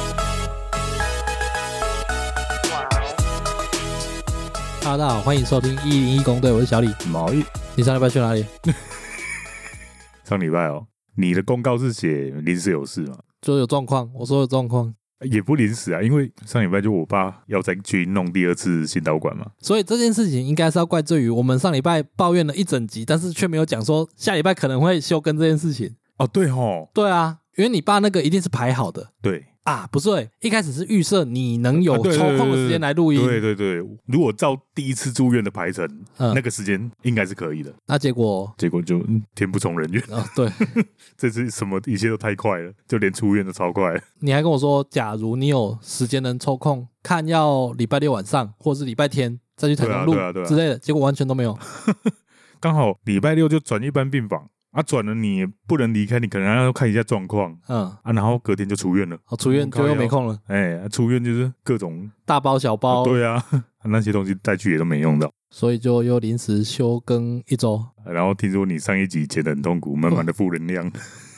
哈喽，啊大家好，欢迎收听一零一公队，我是小李。毛衣。你上礼拜去哪里？上礼拜哦，你的公告是写临时有事嘛？说有状况，我说有状况，也不临时啊，因为上礼拜就我爸要再去弄第二次心导管嘛。所以这件事情应该是要怪罪于我们上礼拜抱怨了一整集，但是却没有讲说下礼拜可能会休更这件事情。哦，对吼，对啊，因为你爸那个一定是排好的对啊，不对，一开始是预设你能有啊对抽对对空的时间来录音，对对对，如果照第一次住院的排程，嗯那个时间应该是可以的。那结果结果就嗯天不从人愿， 啊，对，这次什么一切都太快了，就连出院都超快了。你还跟我说，假如你有时间能抽空看，要礼拜六晚上或是礼拜天再去台对啊中录对啊对啊之类的，结果完全都没有。刚好礼拜六就转一班病房啊，转了你也不能离开，你可能还要看一下状况嗯，哦啊，然后隔天就出院了。我出院嗯就靠又腰没空了，哎、出院就是各种大包小包， 对啊，那些东西带去也都没用到。所以就又临时休更一周。 然后听说你上一集剪得很痛苦，满满的负能量。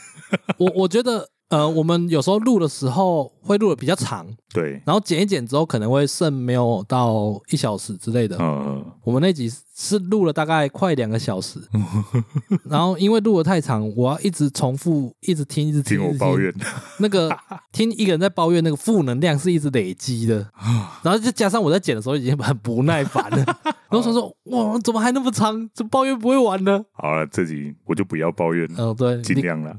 我我觉得，呃，我们有时候录的时候会录的比较长，对，然后剪一剪之后可能会剩没有到一小时之类的。嗯，我们那集是录了大概快两个小 时，然后因为录的太长，我要一直重复，一直听，一直听，听一我直抱怨， 那个听一个人在抱怨，那个负能量是一直累积的， 然后再加上我在剪的时候已经很不耐烦了，然后想说哇，怎么还那么长？这抱怨不会完呢？ 好了，这集我就不要抱 怨，嗯、对，尽你量 啦。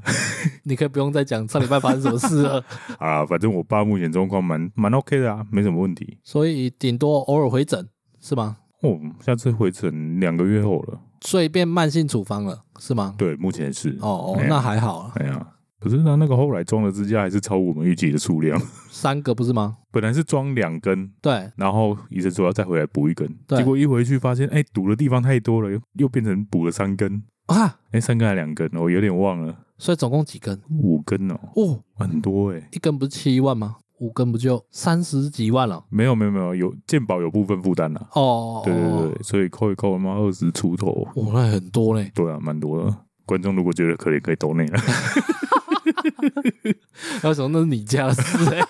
你可以不用再讲上礼拜发生什么事 了，啊，反正我爸目前状况蛮蛮 OK 的啊，没什么问题。所以顶多偶尔回诊是吗？哦，下次回诊两个月后了。所以变慢性处方了是吗？对，目前是。哦哦，哎呀那还好啊，哎呀，可是他那个后来装的支架还是超我们预期的数量， 三个不是吗？本来是装两根，对，然后医生说要再回来补一根，对结果一回去发现，哎，堵的地方太多了，又又变成补了三根。啊，哎，三根还两根？我有点忘了，所以总共几根？五根哦，哦，很多哎、一根不是七万吗？五根不就三十几万了？没有没有没有，有健保有部分负担啦。哦，对对对，所以扣一扣，妈二十出头，哇，那很多 嘞。对啊，蛮多的。观众如果觉得可怜，可以抖内了。 然后想那是你家的 事、欸，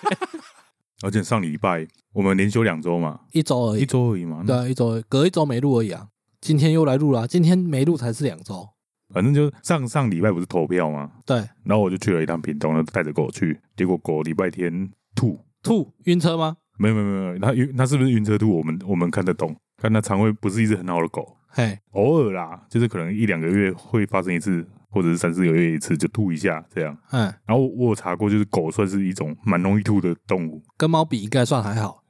而且上礼拜我们连休两周嘛，一周而一已，周而已嘛，对啊，一周而已隔一周没录而已啊。今天又来录了啊、今天没录才是两周，反正就上上礼拜不是投票嘛，对，然后我就去了一趟屏东，然后带着狗去，结果狗礼拜天吐，吐晕车吗？没有没有没有，它晕，它是不是晕车吐？我们我们看得懂，看它肠胃不是一只很好的狗，嘿，偶尔啦，就是可能一两个月会发生一次，或者是三四个月一次，就吐一下这样。嗯，然后我我有查过，就是狗算是一种蛮容易吐的动物。跟猫比应该算还好，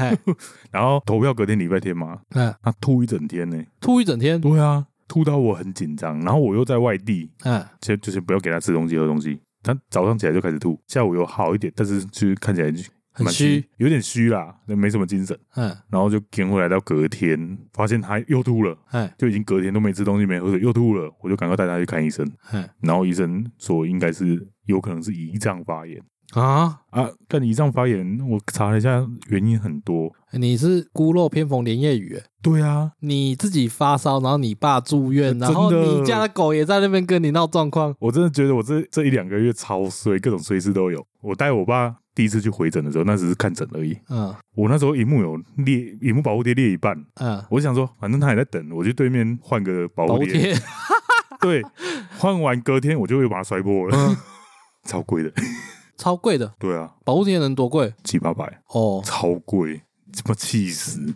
哎嘿，然后投票隔天礼拜天嘛，嗯，它吐一整天呢、吐一整天，对啊，吐到我很紧张。然后我又在外地，嗯，先就是不要给它吃东西喝东西。它早上起来就开始吐，下午有好一点，但是就是看起来就很蛮虚，，有点虚啦，没什么精神。嗯，然后就跟回来到隔天，发现它又吐了，嘿，就已经隔天都没吃东西没喝水，又吐了，我就赶快带它去看医生。嘿，然后医生说应该是有可能是胰脏发炎啊，啊。但胰脏发炎我查了一下，原因很多。你是孤陋偏逢连夜雨、欸对啊，你自己发烧，然后你爸住院，哎真的然后你家的狗也在那边跟你闹状况，我真的觉得我这这一两个月超衰，各种衰事都有。我带我爸第一次去回诊的时候，那只是看诊而已。嗯我那时候荧幕有裂，荧幕保护贴裂一半，嗯，我想说反正他也在等，我去对面换个保保护欸护贴。贴，对，换完隔天我就会把它摔破了，嗯， 超贵的。超贵的，对啊，保护贴能多贵？七八百。 哦，超贵，这么气死。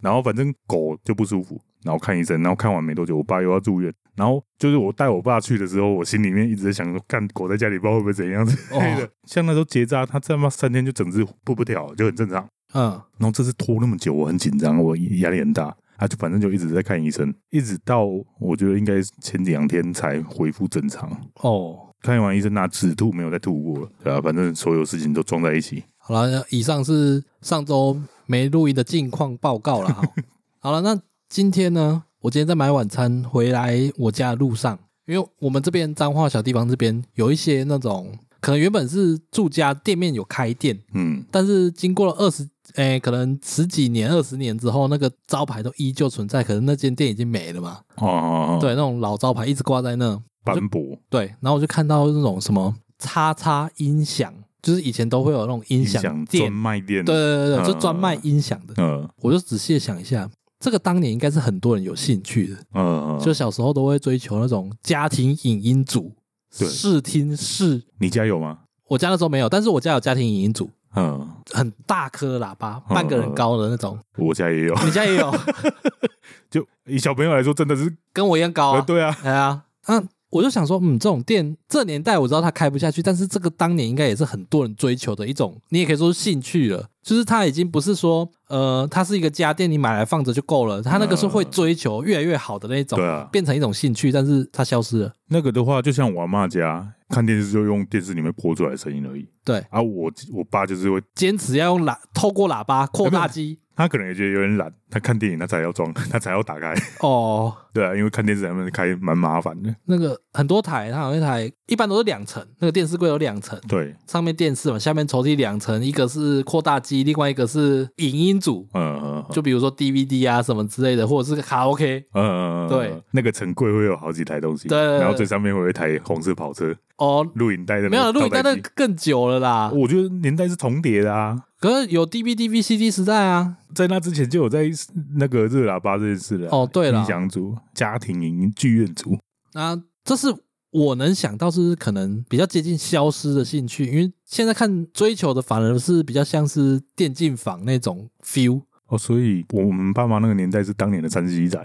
然后反正狗就不舒服，然后看医生，然后看完没多久，我爸又要住院。然后就是我带我爸去的时候，我心里面一直在想说，干狗在家里不知道会不会怎样之 类的。哦像那时候结扎，它他妈三天就整只破不掉，就很正常。嗯，然后这次拖那么久，我很紧张，我压力很大。啊，就反正就一直在看医生，一直到我觉得应该前两天才恢复正常。哦。看完医生拿止吐，没有再吐过了，对啊，反正所有事情都撞在一起。好了，那以上是上周没录音的近况报告了。 好了，那今天呢？我今天在买晚餐回来我家的路上，因为我们这边彰化小地方这边有一些那种可能原本是住家店面有开店，嗯，但是经过了二十诶，可能十几年、二十年之后，那个招牌都依旧存在，可能那间店已经没了嘛。哦哦，哦，对，那种老招牌一直挂在那。斑驳，对，然后我就看到那种什么叉叉音响就是以前都会有那种音响响店专，卖店，对对对对，嗯就专卖音响的。嗯，我就仔细地想一下，这个当年应该是很多人有兴趣的，嗯嗯，就嗯小时候都会追求那种家庭影音组、对视听室。你家有吗？我家那时候没有，但是我家有家庭影音组，嗯，很大颗喇叭，半个人高的那种。我家也有，你家也 有，就以小朋友来说，真的是，跟我一样高呃啊？对啊，哎呀，那我就想说，嗯，这种店这年代我知道它开不下去，但是这个当年应该也是很多人追求的一种，你也可以说是兴趣了。就是它已经不是说，呃，它是一个家电，你买来放着就够了，它那个是会追求越来越好的那种，嗯对啊，变成一种兴趣，但是它消失了。那个的话，就像我阿妈家看电视就用电视里面播出来的声音而已。对，啊，我我爸就是会，坚持要用喇，透过喇叭扩大机。他可能也觉得有点懒，他看电影他才要装， 他才要打开。哦，对啊，因为看电视他们开蛮麻烦的。那个很多台，它好像一台一般都是两层，那个电视柜有两层，对，上面电视嘛，下面抽屉两层，一个是扩大机，另外一个是影音组。嗯，就比如说 DVD 啊什么之类的，或者是卡拉 OK 嗯，对，那个城柜会有好几台东西，对对对然后最上面会有一台红色跑车，哦，录影带的没有录影带带那个更久了啦，我觉得年代是重叠的啊。可是有 DVD、VCD 时代啊，在那之前就有在那个热喇叭这件事了啊。哦对啦音响组、家庭营、剧院组，那啊这是我能想到是可能比较接近消失的兴趣，因为现在看追求的反而是比较像是电竞房那种 feel，哦，所以我们爸妈那个年代是当年的三十一仔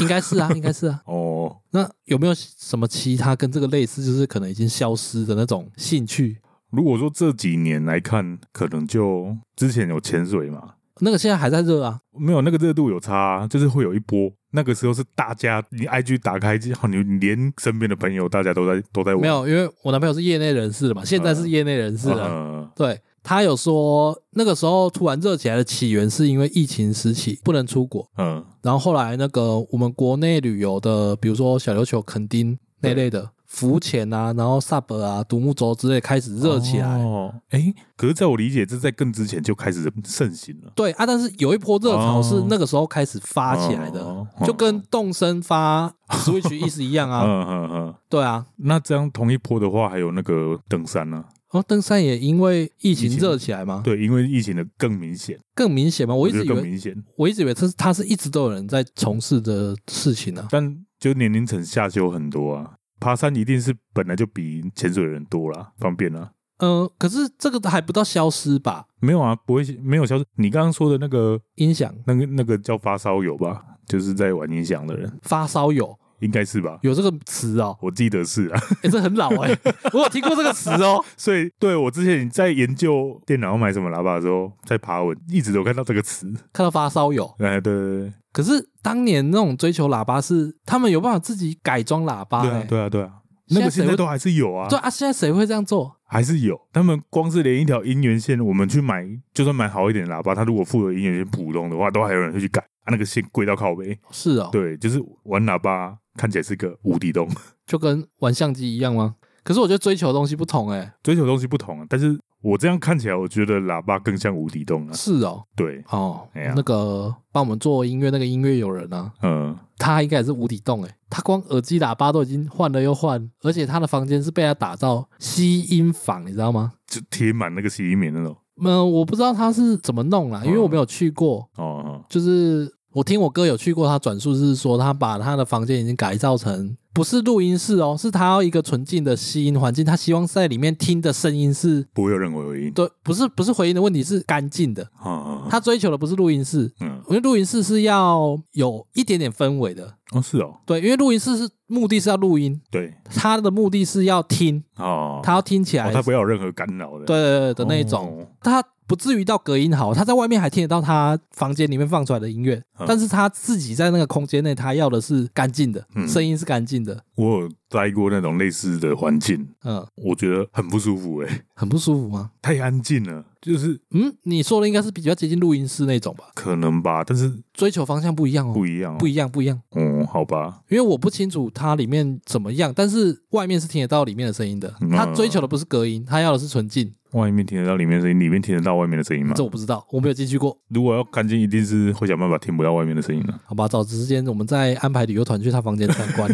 应该是 啊，应该是啊。哦。那有没有什么其他跟这个类似，就是可能已经消失的那种兴趣？如果说这几年来看，可能就之前有潜水嘛，那个现在还在热啊，没有那个热度有差啊、就是会有一波。那个时候是大家，你 IG 打开，好，你你连身边的朋友大家都在都在玩，没有，因啊嗯为我男朋友是业内人士的嘛，现在是业内人士了。呃对他有说，那个时候突然热起来的起源是因为疫情时期不能出国，嗯然后后来那个我们国内旅游的，比如说小琉球、垦丁那类的浮潜啊，然后 SUP 啊、独木舟之类开始热起来。哦，哎，可是在我理解，这在更之前就开始盛行了，对啊，但是有一波热潮是哦那个时候开始发起来的，哦就跟动身发 Switch 意思一样啊。嗯嗯嗯。对啊，那这样同一波的话，还有那个登山呢、哦，登山也因为疫情疫情热起来吗？，对，因为疫情的更明显，更明显吗？啊我一觉直得以更为，明显，我一直以为这是它是一直都有人在从事的事情呢、啊。但就年龄层下修很多啊。爬山一定是本来就比潜水的人多啦，方便啦。呃，可是这个还不到消失吧？没有啊，不会没有消失。你刚刚说的那个音响那个那个叫发烧友吧，就是在玩音响的人，发烧友应该是吧？有这个词哦、 我记得是啊， 诶这很老哎、我有听过这个词哦、所以对我之前在研究电脑要买什么喇叭的时候，在爬文一直都有看到这个词。看到发烧友，哎，对对对，可是当年那种追求喇叭是他们有办法自己改装喇叭、对欸啊，对啊，对啊，那个现在谁会都还是有啊，对啊，现在谁会这样做？还是有。他们光是连一条音源线，我们去买，就算买好一点的喇叭，它如果附的音源线普通的话，都还有人会去改。啊，那个线贵到靠背。是哦、对，就是玩喇叭看起来是个无底洞，就跟玩相机一样吗？可是我觉得追求的东西不同哎、追求的东西不同、啊。但是我这样看起来，我觉得喇叭更像无底洞啊。是哦、对，哦，哎呀那个帮我们做音乐那个音乐友人啊，嗯，他应该也是无底洞哎、他光耳机喇叭都已经换了又换，而且他的房间是被他打造吸音房，你知道吗？就贴满那个吸音棉那种。嗯，我不知道他是怎么弄啦，因为我没有去过。哦，就是我听我哥有去过，他转述是说他把他的房间已经改造成不是录音室哦，是他要一个纯净的吸音环境，他希望在里面听的声音是不会有任何回音。对，不是不是回音的问题，是干净的。啊，他追求的不是录音室，嗯，因为录音室是要有一点点氛围的。哦，是哦，对，因为录音室是目的是要录音，对，他的目的是要听，哦，他要听起来哦，，他不要有任何干扰的，对对对的那一种。哦他不至于到隔音好，他在外面还听得到他房间里面放出来的音乐，嗯但是他自己在那个空间内，他要的是干净的，嗯声音是干净的，我有待过那种类似的环境，嗯，我觉得很不舒服哎、很不舒服吗？太安静了，就是嗯，你说的应该是比较接近录音室那种吧，可能吧，但是追求方向不一样哦，不一样、哦，不一样，不一样，嗯，好吧，因为我不清楚它里面怎么样，但是外面是听得到里面的声音的嗯，他追求的不是隔音，他要的是纯净，外面听得到里面的声音，里面听得到外面的声音吗这？我不知道，我没有进去过。如果要干净，一定是会想办法听不到外面的声音了、啊 好吧，早之间我们再安排旅游团去他房间参观。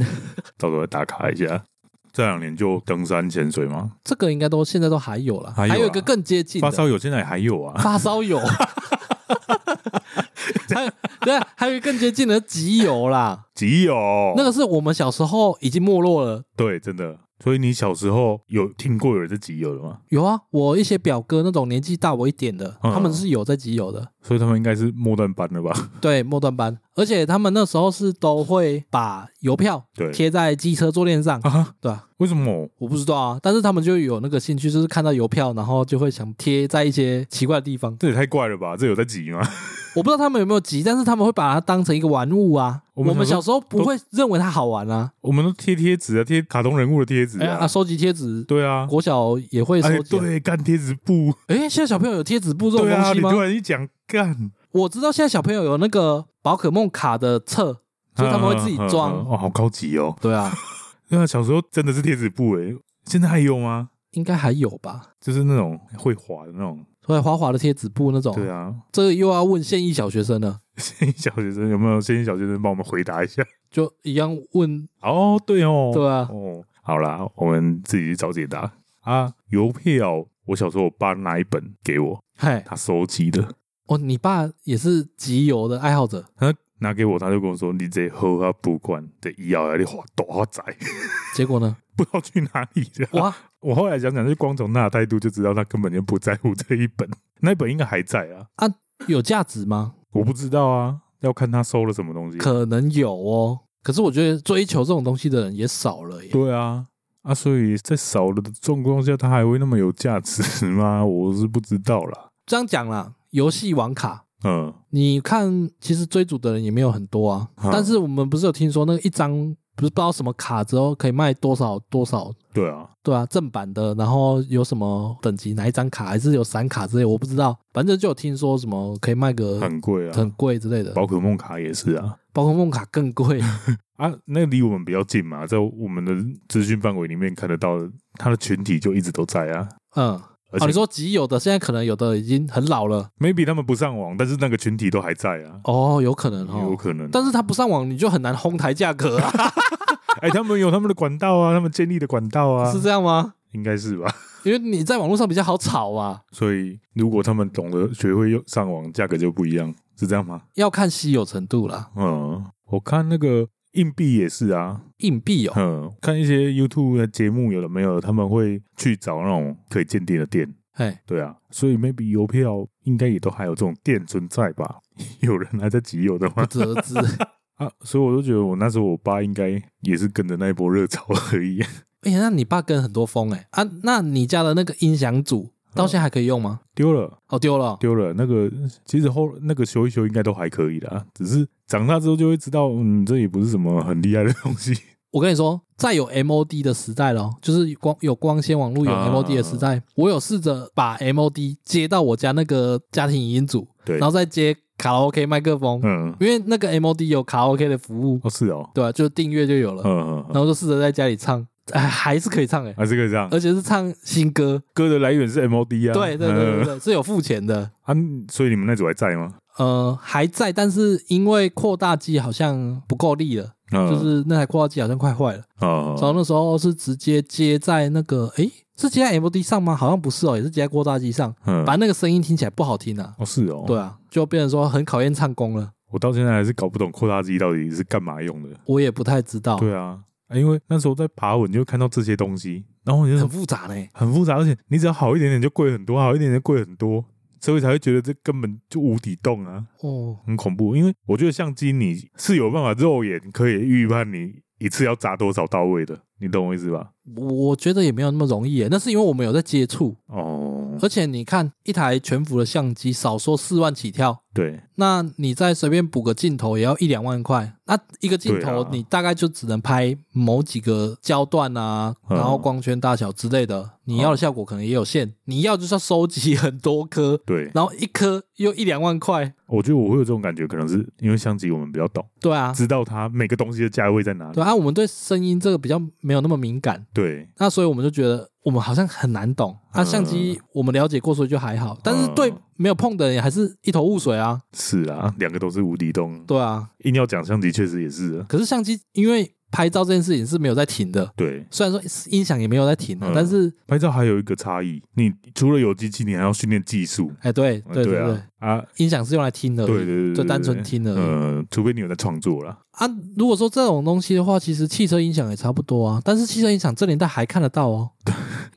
到时候打卡一下。这两年就登山潜水吗？这个应该都现在都还有了，还有啦啊还有一个更接近的发烧友现在还有啊，发烧 友，还有对啊，还有一个更接近的集邮啦，极有那个是我们小时候已经没落了。对，真的。所以你小时候有听过有人在集邮的吗？有啊，我一些表哥那种年纪大我一点的，嗯他们是有在集邮的，所以他们应该是末段班的 吧？对末段班，而且他们那时候是都会把邮票对贴在机车坐垫上，啊，对啊，为什么？我不知道啊，但是他们就有那个兴趣，就是看到邮票，然后就会想贴在一些奇怪的地方。这也太怪了吧？这有在集吗？ 我不知道他们有没有急，但是他们会把它当成一个玩物啊。我我们们小时候不会认为它好玩啊。我们都贴贴纸啊，贴卡通人物的贴纸哎呀啊，啊。收集贴纸，对啊，国小也会哎，收集啊。对，干贴纸布。哎，现在小朋友有贴纸布这种对东啊，西你吗突？然一讲，干，我知道现在小朋友有那个宝可梦卡的册，所以他们会自己嗯嗯嗯装。哦，好高级哦。对啊，对啊，小时候真的是贴纸布诶，现在还有吗？应该还有吧？就是那种会滑的那种。所以滑滑的贴纸布那种，对啊， 这个又要问现役小学生了，现役小学生有没有？现役小学生帮我们回答一下。就一样问，哦，对哦，对啊哦，好啦，我们自己去找解答啊。邮票，我小时候我爸拿一本给我，嘿，他收集的，哦，你爸也是集邮的爱好者，他拿给我，他就跟我说：“你这喝啊不管这以后啊，你花多仔， 结果呢？不知道去哪里了。”哇，我后来想想，就光从他的态度就知道，他根本就不在乎这一本，那一本应该还在啊，有价值吗？我不知道啊，要看他收了什么东西。可能有哦，可是我觉得追求这种东西的人也少了耶。对啊，啊，所以在少了的状况下，他还会那么有价值 吗？我是不知道啦。这样讲啦，游戏网卡，嗯，你看，其实追逐的人也没有很多啊。嗯但是我们不是有听说那个一张不是不知道什么卡之后可以卖多少多少？对啊，对啊，正版的，然后有什么等级哪一张卡，还是有散卡之类，我不知道。反正就有听说什么可以卖个很贵啊，很贵之类的，宝可梦卡也是啊。宝可梦卡更贵。啊，那离我们比较近嘛，在我们的资讯范围里面看得到的，它的群体就一直都在啊。嗯，而哦，且、你说集有的，现在可能有的已经很老了 maybe 他们不上网，但是那个群体都还在啊，哦，有可能有哦。可能。但是他不上网，你就很难哄抬价格啊，哎、他们有他们的管道啊，他们建立的管道 啊，是这样吗？应该是吧？因为你在网络上比较好炒啊，所以如果他们懂得学会用上网，价格就不一样，是这样吗？要看稀有程度啦。嗯，我看那个硬币也是啊，硬币哦， 嗯，看一些 YouTube 的节目，有的没有的，他们会去找那种可以鉴定的店。哎，对啊，所以 maybe 邮票应该也都还有这种店存在吧？ 有人还在集邮的不吗？得知。啊，所以我就觉得我那时候我爸应该也是跟着那一波热潮而已。 哎、那你爸跟很多风哎、啊，那你家的那个音响组到现在还可以用吗？丢了，哦，丢了哦、嗯丢了。那个其实后那个修一修应该都还可以的啊，只是长大之后就会知道，嗯，这也不是什么很厉害的东西。 我跟你说，在有 MOD 的时代了，就是光有光纤网络有啊 MOD 的时代，我有试着把 MOD 接到我家那个家庭语音组，对然后再接卡拉 OK 麦克风，嗯，因为那个 MOD 有卡拉 OK 的服务，哦是哦，对吧、啊就订阅就有了，嗯，嗯然嗯后就试着在家里唱，哎，还是可以唱哎、还是可以这样。而且是唱新歌，歌的来源是 MOD 啊，对对对对嗯对，是有付钱的。啊，所以你们那组还在吗？呃，还在，但是因为扩大机好像不够力了，嗯就是那台扩大机好像快坏了。啊，然后那时候是直接接在那个，诶，是接在 MD 上吗？好像不是哦，也是接在扩大机上，嗯反正那个声音听起来不好听啊。哦是哦，对啊，就变成说很考验唱功了，我到现在还是搞不懂扩大机到底是干嘛用的。我也不太知道，对啊，啊因为那时候在爬文就会看到这些东西，然后你就很很复杂嘞。很复杂，而且你只要好一点点就贵很多，好一点点就贵很多，所以才会觉得这根本就无底洞啊，哦，很恐怖。因为我觉得相机你是有办法肉眼可以预判你一次要砸多少到位的，你懂我意思吧？我我觉得也没有那么容易欸耶，那是因为我们有在接触，哦，而且你看一台全幅的相机，少说四万起跳，对，那你再随便补个镜头也要一两万块，那一个镜对头啊你大概就只能拍某几个焦段啊，嗯然后光圈大小之类的，你要的效果可能也有限。你要就是要收集很多颗，对，然后一颗又一两万块，我觉得我会有这种感觉，可能是因为相机我们比较懂，对啊，知道它每个东西的价位在哪里。对啊，我们对声音这个比较没有那么敏感，对，那所以我们就觉得我们好像很难懂。那、嗯相机我们了解过，所以就还好，但是对嗯没有碰的人也还是一头雾水啊，是啊，两个都是无底洞。对啊。硬要讲相机确实也是啊，可是相机因为拍照这件事情是没有在停的，对，虽然说音响也没有在停的，嗯但是拍照还有一个差异，你除了有机器，你还要训练技术。哎，对呃对对对，啊啊，音响是用来听的，对对对，就对单纯听而已呃，除非你有在创作啦，啊，如果说这种东西的话，其实汽车音响也差不多啊。但是汽车音响这年代还看得到 哦，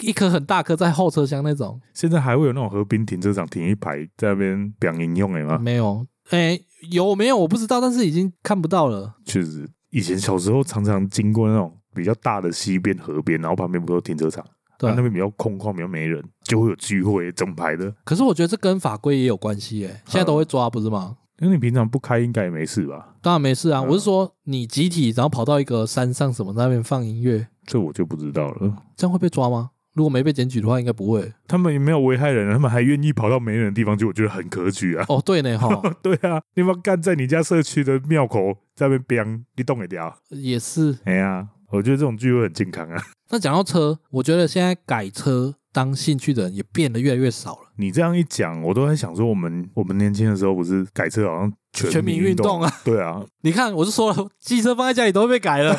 一颗很大颗在后车厢那种，现在还会有那种河滨停车场停一排在那边表演用的吗？没有。哎，有没有我不知道，但是已经看不到了。确实，以前小时候常常经过那种比较大的溪边、河边，然后旁边不是有停车场，对，啊那边比较空旷，比较没人，就会有聚会，整排的。可是我觉得这跟法规也有关系啊诶，现在都会抓，不是吗？因为你平常不开，应该也没事吧？当然没事啊，嗯我是说你集体然后跑到一个山上什么那边放音乐，这我就不知道了。这样会被抓吗？如果没被检举的话，应该不 会。他们也没有危害人，他们还愿意跑到没人的地方去，我觉得很可取啊。 哦，对呢，哈，对啊，你们干在你家社区的庙口在那边飙，你动得掉？也是。哎呀，我觉得这种聚会很健康啊。那讲到车，我觉得现在改车当兴趣的人也变得越来越少了。你这样一讲，我都在想说，我们我们年轻的时候不是改车好像全全民运动动啊？对啊，你看，我就说了，机车放在家里都会被改了。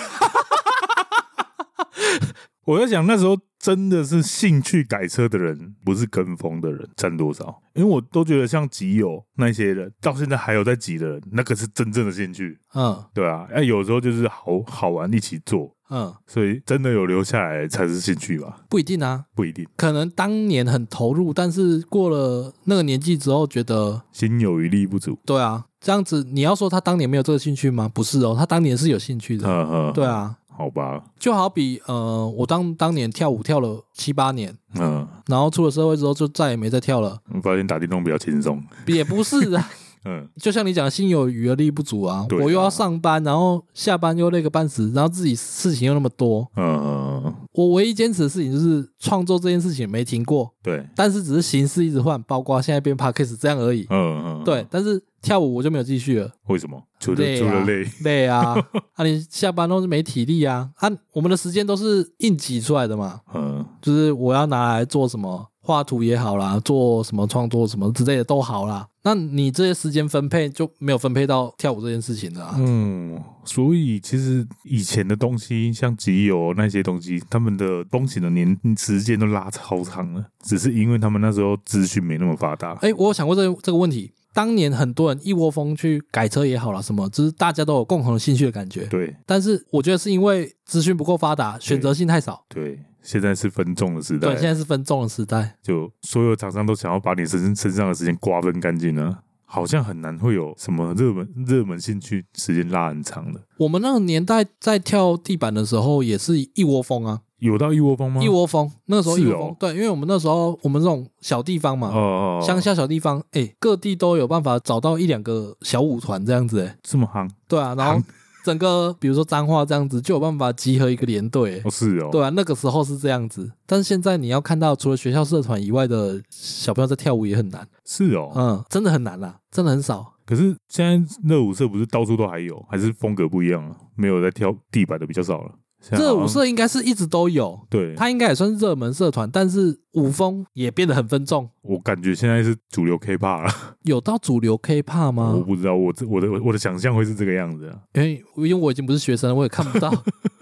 我在想那时候真的是兴趣改车的人，不是跟风的人占多少？因为我都觉得像极友那些人，到现在还有在挤的人，那个是真正的兴趣， 嗯对啊。哎，有时候就是好好玩一起做，嗯，所以真的有留下来才是兴趣吧？不一定啊，不一定，可能当年很投入，但是过了那个年纪之后，觉得心有余力不足。对啊，这样子你要说他当年没有这个兴趣吗？不是哦，他当年是有兴趣的。呵呵，对，啊，嗯好吧，就好比呃，我当当年跳舞跳了七八年，嗯，然后出了社会之后就再也没再跳了，我发现打电动比较轻松，也不是啊。嗯，就像你讲，心有余而力不足啊，对啊我又要上班，然后下班又累个半死，然后自己事情又那么多，嗯，我唯一坚持的事情就是创作这件事情没停过，对，但是只是形式一直换，包括现在变 podcast 这样而已。嗯嗯，对，，但是跳舞我就没有继续了，为什么？除了累除了啊累，，累 啊，啊你下班都是没体力啊，啊我们的时间都是硬挤出来的嘛，嗯就是我要拿来做什么画图也好啦，做什么创作什么之类的都好啦，那你这些时间分配就没有分配到跳舞这件事情了、啊，嗯，所以其实以前的东西，像集邮那些东西，他们的风险的年时间都拉超长了，只是因为他们那时候资讯没那么发达。哎、我有想过这个这个问题。当年很多人一窝蜂去改车也好啦，什么，就是大家都有共同的兴趣的感觉。对但是我觉得是因为资讯不够发达，选择性太少。对，现在是分众的时代对，，现在是分众的时代。就所有厂商都想要把你身身上的时间瓜分干净了。好像很难会有什么热门热门兴趣时间拉很长的，我们那个年代在跳地板的时候，也是一窝蜂啊，有到一窝蜂吗？一窝蜂。那个时候嗯是一哦窝蜂，对，因为我们那时候我们这种小地方嘛，哦，乡下小地方，哎，各地都有办法找到一两个小舞团这样子，哎，这么夯对啊，然后行整个比如说彰化这样子，就有办法集合一个连队。哎哦，是哦，对啊，那个时候是这样子，但是现在你要看到除了学校社团以外的小朋友在跳舞也很难，是哦，嗯，真的很难啦，真的很少。可是现在热舞社不是到处都还有，还是风格不一样了，没有在挑地板的比较少了。现在好热像舞社应该是一直都有，啊嗯对，它应该也算是热门社团，但是舞风也变得很分众。我感觉现在是主流 K-pop 了，有到主流 K-pop 我吗？不知道我这我的我的想象会是这个样子啊，因为因为我已经不是学生了，我也看不到。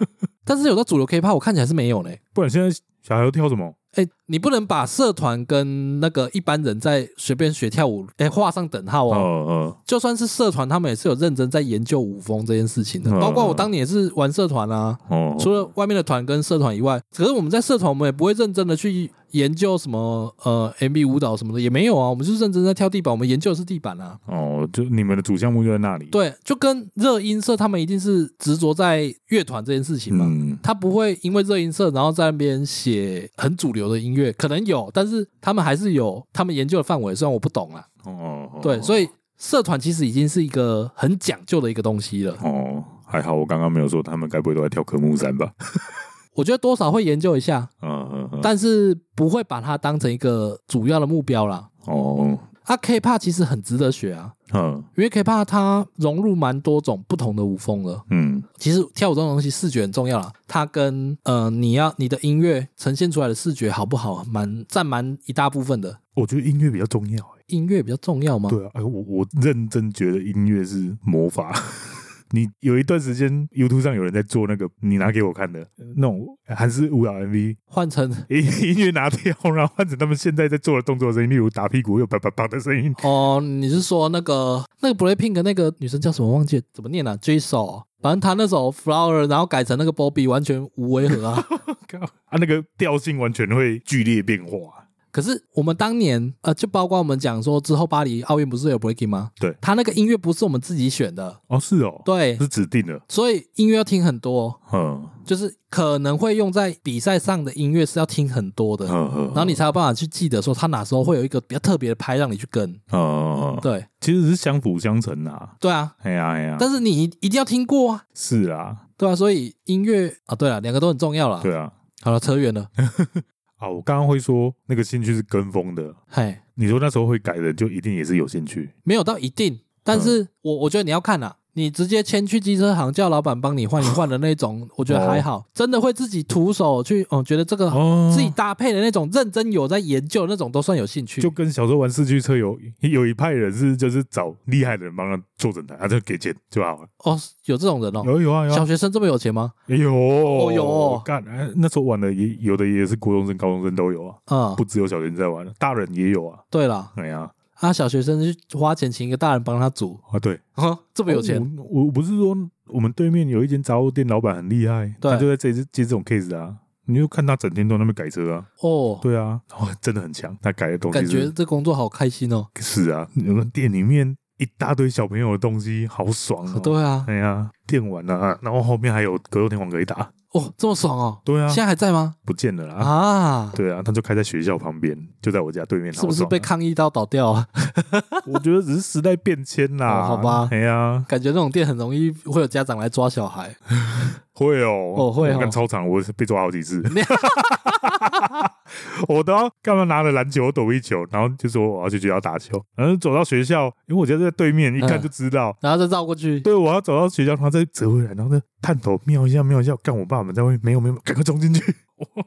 但是有到主流 K-pop，我看起来是没有嘞。不然现在小孩都跳什么？哎，你不能把社团跟那个一般人在随便学跳舞，哎，画上等号哦哦。哦，就算是社团，他们也是有认真在研究舞风这件事情的。嗯包括我当年也是玩社团啊，哦，除了外面的团跟社团以外，可是我们在社团，我们也不会认真的去研究什么呃 MV 舞蹈什么的，也没有啊。我们就是认真在跳地板，我们研究的是地板啊。哦，就你们的主项目就在那里，，对，就跟热音社他们一定是执着在乐团这件事情嘛，嗯，他不会因为热音社然后在那边写很主流的音乐，可能有，但是他们还是有他们研究的范围，虽然我不懂啊。哦哦，哦对，所以社团其实已经是一个很讲究的一个东西了，哦，还好我刚刚没有说他们该不会都在跳科目三吧？我觉得多少会研究一下，嗯嗯嗯，但是不会把它当成一个主要的目标啦。哦，啊，K-pop 其实很值得学啊，嗯因为 K-pop 它融入蛮多种不同的舞风的。嗯，其实跳舞这种东西，视觉很重要啦，它跟呃你要你的音乐呈现出来的视觉好不好，蛮占蛮一大部分的。我觉得音乐比较重要、欸，音乐比较重要吗？对啊，哎，我我认真觉得音乐是魔法。你有一段时间 YouTube 上有人在做那个你拿给我看的那种韩式舞蹈 MV，换成音音乐拿掉，然后换成他们现在在做的动作声音，例如打屁股又啪啪啪的声音。哦，你是说那个那个 Blackpink 那个女生叫什么？忘记了怎么念了、j i s o 反正她那首 Flower，然后改成那个 Bobby，完全无违和啊。靠啊，那个调性完全会剧烈变化。可是我们当年呃，就包括我们讲说之后巴黎奥运不是有 Breaking 吗？对他那个音乐不是我们自己选的，哦，是哦，对，是指定的。所以音乐要听很多，嗯就是可能会用在比赛上的音乐是要听很多的，嗯嗯然后你才有办法去记得说他哪时候会有一个比较特别的拍让你去跟。嗯，对其实是相辅相成啦。对啊，哎呀哎呀，但是你一一定要听过啊，是啦，对啊，所以音乐啊，对了，两个都很重要啦。对啊。好了，扯远了，啊，我刚刚会说那个兴趣是跟风的，嗨，你说那时候会改的，就一定也是有兴趣。没有到一定，但是嗯我我觉得你要看啦、啊你直接签去机车行叫老板帮你换一换的那哦种，我觉得还好。真的会自己徒手去，哦、觉得这个哦自己搭配的那种，认真有在研究的那种，都算有兴趣。就跟小时候玩四驱车有有一派人是就是找厉害的人帮他做整台，他、就给钱就好了。哦，有这种人哦，有有啊有小啊学生这么有钱吗？有哦有哦干、哎那时候玩的也有的也是国中生、高中生都有啊，啊、不只有小学生在玩，大人也有啊。对啦，哎呀啊，小学生去花钱请一个大人帮他煮，啊，对，啊，这么有钱，我我我不是说我们对面有一间杂货店老板很厉害，对他就在这里接这种 case 啊。你就看他整天都在那边改车啊，哦，对啊，然后真的很强，他改的东西感是觉这工作好开心哦。是啊，你们店里面一大堆小朋友的东西，好爽哦。对啊，哎呀，电玩啊，然后后面还有格斗天王可以打。哦，这么爽哦，对啊，现在还在吗？不见了啦。啊，对啊，他就开在学校旁边，就在我家对面，是不是好爽啊被？抗议到倒掉啊？我觉得只是时代变迁啦。哦好吧哎呀，感觉那种店很容易会有家长来抓小孩。会哦，哦会哦我看操场，我被抓好 几次。 我都要干嘛拿着篮球躲一球，然后就说我要去学校打球，然后走到学校，因为我家就在对面，一嗯看就知道，然后再绕过去，对，我要走到学校，然后再折回来，然后再探头瞄一下，瞄一下，干我爸们在外面，没有没有，赶快冲进去，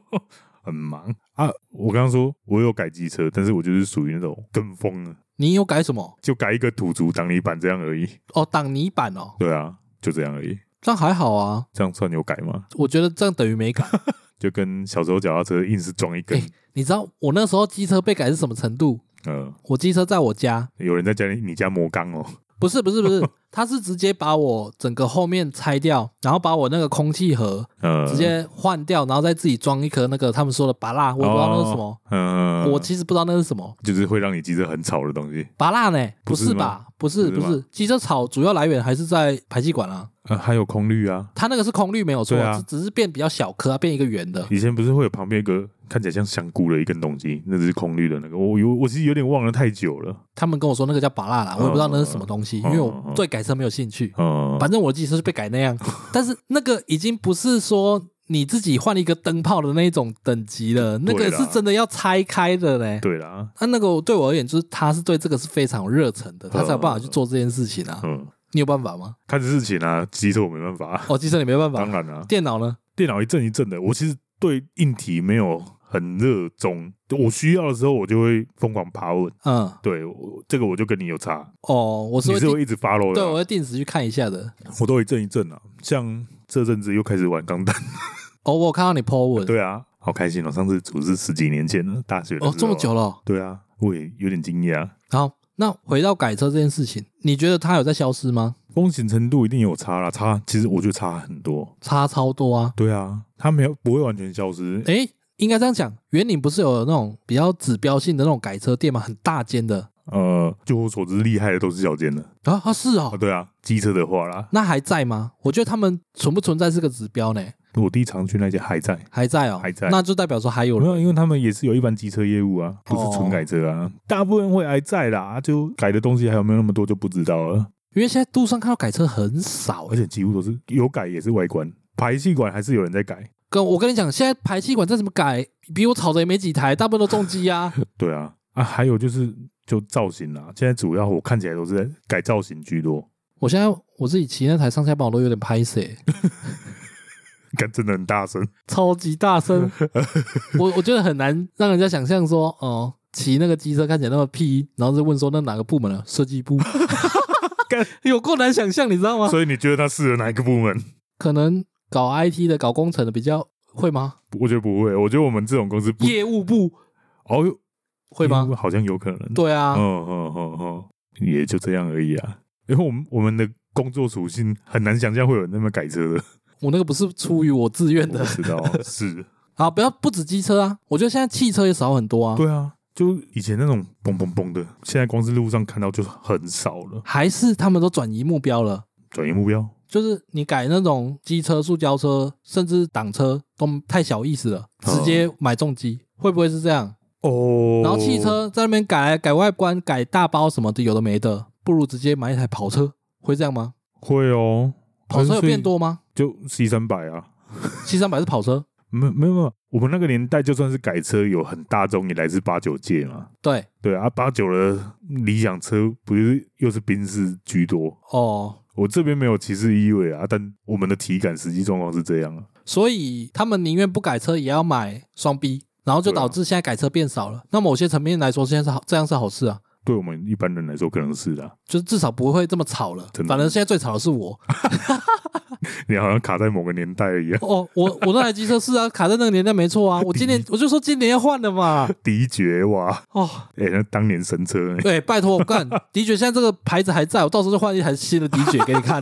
很忙啊！我刚刚说我有改机车，但是我就是属于那种跟风的，你有改什么？就改一个土族挡泥板这样而已。哦，挡泥板哦，对啊，就这样而已，这样还好啊，这样算有改吗？我觉得这样等于没改。 就跟小时候脚踏车硬是装一根，哎你知道我那时候机车被改是什么程度？呃，我机车在我家，有人在家里你家磨缸哦，不是不是不 是，他是直接把我整个后面拆掉，然后把我那个空气盒呃，直接换掉，然后再自己装一颗那个他们说的拔蜡，我也不知道那是什么，嗯、我其实不知道那是什么。哦就是会让你机车很吵的东西，拔蜡呢？不不是是吧？不是不不是吗是，机车草主要来源还是在排气管啊。呃，还有空滤啊，它那个是空滤没有错，对啊嗯只只是变比较小颗啊，变一个圆的。以前不是会有旁边一个看起来像香菇的一根东西，那只是空绿的那个，我有我其实有点忘了太久了，他们跟我说那个叫拔蜡啦，我也不知道那是什么东西，因嗯为我对改车没有兴趣。嗯，反正我的机车是被改那 样，但是那个已经不是说你自己换了一个灯泡的那种等级了，那对个啦是真的要拆开的嘞。对啦，那、那个对我而言，就是他是对这个是非常有热忱的，他才有办法去做这件事情啊。嗯，你有办法吗？看事情啊，机车我没办法，哦，机车你没办当法，然啦、电脑呢？电脑一阵一阵的，我其实对硬体没有很热衷，我需要的时候我就会疯狂爬文，嗯，对我这个我就跟你有差，哦，我是你会是定会一直 follow 的对，啊、我会定时去看一下的。我都一阵一阵啊，像这阵子又开始玩钢弹，哦，我有看到你 po 文，对啊，好开心哦，上次组织十几年前了，大学的哦，时这么候啊久了哦。对啊，我也有点惊讶。好，那回到改车这件事情，你觉得它有在消失吗？风险程度一定有差啦，差其实我觉得差很多。差超多啊！对啊，它没有不会完全消失。诶，应该这样讲，园林不是有那种比较指标性的那种改车店吗？很大间的呃，就我所知，厉害的都是小间的啊啊，是啊。哦，对啊，机车的话啦，那还在吗？我觉得他们存不存在是个指标呢，我弟常去那家还在。还在哦，还在那就代表说还有没有，人因为他们也是有一般机车业务啊，不是哦纯改车啊，大部分会还在啦，啊就改的东西还有没有那么多就不知道了。因为现在路上看到改车很少而。且几乎都是有改也是外观，排气管还是有人在改。跟我跟你讲，现在排气管再怎么改，比我吵的也没几台，大部分都重机啊。对啊，啊，还有就是就造型啦，现在主要我看起来都是在改造型居多， 我现在我自己骑那台上下班，我都有点拍死、欸感真的很大 声。超级大 声，我我觉得很难让人家想象说， 哦、骑那个机车看起来那么屁，然后就问说那哪个部门啊？设计部，干有够难想象，你知道吗？所以你觉得他适合哪一个部门？可能搞 IT 的、搞工程的比较会吗？我觉得不会，我觉得我们这种公司不业务部哦，会吗？？好像有可能。对哦啊，哦哦哦，也就这样而已啊。因为我们我们的工作属性很难想象会有人那么改车的，我那个不是出于我自愿我的。知道 是，好，不要不止机车啊，我觉得现在汽车也少很多啊，对啊，就以前那种嘣嘣嘣的，现在光是路上看到就很少了。还是他们都转移目标了。转移目标，就是你改那种机车、塑胶车，甚至挡车都太小意思了，嗯直接买重机，会不会是这样？哦，然后汽车在那边改来改外观、改大包什么的，有的没的，不如直接买一台跑车，会这样吗？会哦，跑车有所以变多吗？就 C 三百啊，七三百是跑车，没有没有没有，我们那个年代就算是改车，有很大众也来自八九界嘛。对对啊，八九的理想车不是又是宾士居多？哦，我这边没有歧视意味啊，但我们的体感实际状况是这样啊。所以他们宁愿不改车也要买双 B，然后就对啊导致现在改车变少嗯了。那某些层面来说，现在是好，这样是好事啊。对我们一般人来说，可能是啦。就是至少不会这么吵了真，的反正现在最吵的是我。你好像卡在某个年代一样， 哦，我我那台机车是啊，卡在那个年代没错啊。我今年我就说今年要换了嘛。迪爵哇，哦，哎、那当年神车、欸，对，拜托我干，的确现在这个牌子还在，我到时候就换一台新的的确给你看。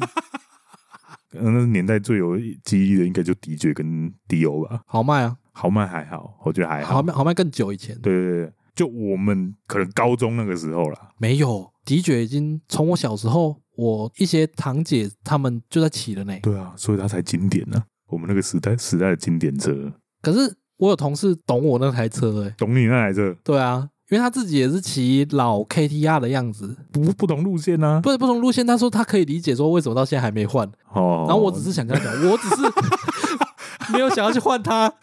嗯那年代最有记忆的应该就迪爵跟迪欧吧。好卖啊，豪迈还好，我觉得还好。好卖好卖更久以前哎对对对，就我们可能高中那个时候啦。没有，的确已经从我小时候，我一些堂姐他们就在骑了呢。对啊，所以它才经典呢、啊我们那个时代时代的经典车，可是我有同事懂我那台车、欸，懂你那台车对啊，因为他自己也是骑老 KTR 的样子，不不同路线呢、啊。不是不同路线。他说他可以理解说为什么到现在还没换，哦，然后我只是想跟他讲，我只是 没有想要去换它。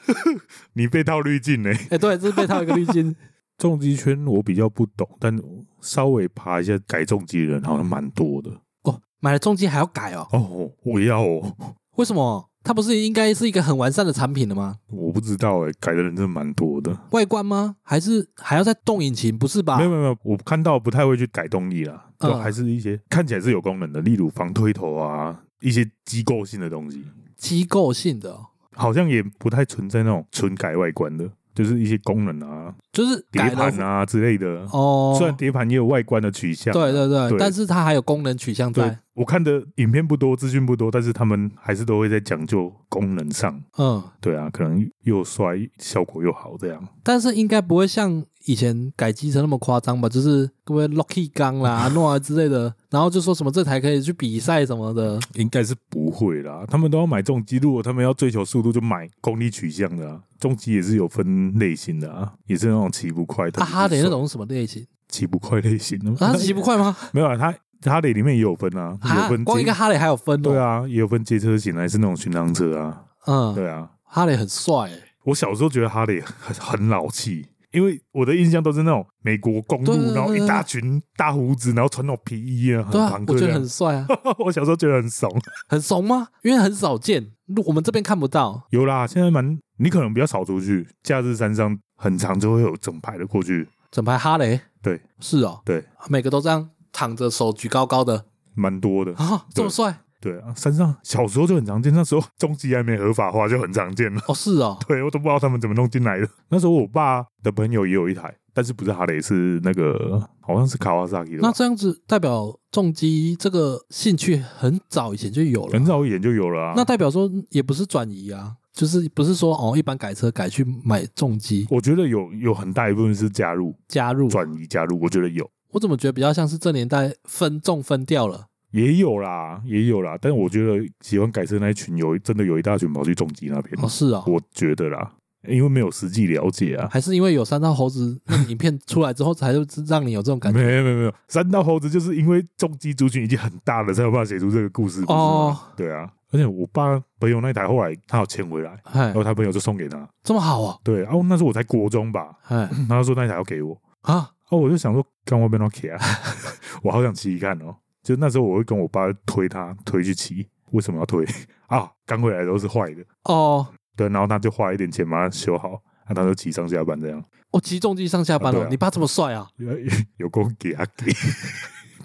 你被套滤镜嘞、哎、对，这是被套一个滤镜。重机圈我比较不懂，但稍微爬一下改重机的人好像蛮多的哦，买了重机还要改哦？哦。我要哦，为什么？它不是应该是一个很完善的产品了吗？我不知道哎、改的人真的蛮多的。外观吗？还是还要再动引擎？不是吧没？有没有没有，我看到不太会去改动力啦，就啊嗯还是一些看起来是有功能的，例如防推头啊，一些机构性的东西。机构性的哦、好像也不太存在那种纯改外观的，就是一些功能啊、就是碟改了盘啊之类的。哦。虽然碟盘也有外观的取向，啊对对对，对但是它还有功能取向对在。，我看的影片不多，资讯不多，但是他们还是都会在讲究功能上。嗯，对啊，可能又帅，效果又好，这样但是应该不会像以前改机车那么夸张吧？就是各位 Locky 缸啦、诺啊之类的，然后就说什么这台可以去比赛什么的。应该是不会啦。他们都要买重机，如果他们要追求速度，就买功率取向的啊。重机也是有分类型的啊，也是那种骑不快，啊但是哈雷那帅种是什么类型？骑不快类型的嘛。啊， 骑不快吗？没有啊，它哈雷里面也有分啊，啊有分，光一街个哈雷还有分哦。对，啊，也有分街车型还是那种巡航车啊。嗯，对啊，哈雷很帅、欸，我小时候觉得哈雷很很老气，因为我的印象都是那种美国公对对对路，然后一大群大胡子，然后穿那种皮衣啊，对啊很朋，克我觉这得样很。帅啊， 我小时候觉得很怂。很怂吗？因为很少见，路我们这边看不到。有啦，现在蛮你可能比较少出去，假日山上很长就会有整排的过去，整排哈雷，对，是哦，对，每个都这样躺着，手举高高的蛮多的。啊，这么帅对啊，山上小时候就很常见，那时候重机还没合法化就很常见了。 哦，是哦，对我都不知道他们怎么弄进来的。那时候我爸的朋友也有一台，但是不是哈雷，是那个好像是卡瓦萨基的吧那，这样子代表重机这个兴趣很早以前就有了很，早以前就有了啊。那代表说也不是转移啊，就是不是说哦，一般改车改去买重机我觉得有有很大一部分是加入加入，转移加入，我觉得有我怎么觉得比较像是这年代分重分掉了也有啦，也有啦。但我觉得喜欢改车那一群有真的有一大群跑去重机那边，哦，是哦，我觉得啦，因为没有实际了解啊。还是因为有三道猴子那个影片出来之后，才让你有这种 感觉没有没有没有，三道猴子就是因为重机族群已经很大了，才有办法写出这个故事。不是吗哦，对啊，而且我爸朋友那台后来他有签回来，哎然，后他朋友就送给他，这么好哦，对，哦，那时候我在国中吧，哎他说那一台要给我， 啊，哦，我就想说，干我被他骑啊， 我好想骑骑看哦。就那时候我会跟我爸推他推去骑，为什么要推 啊？刚回来的时候是坏的，哦，对，然后他就花一点钱把它修好，那、他就骑上下班这样， 哦我骑重机上下班哦了，啊对啊你爸这么帅啊？有有够给他给，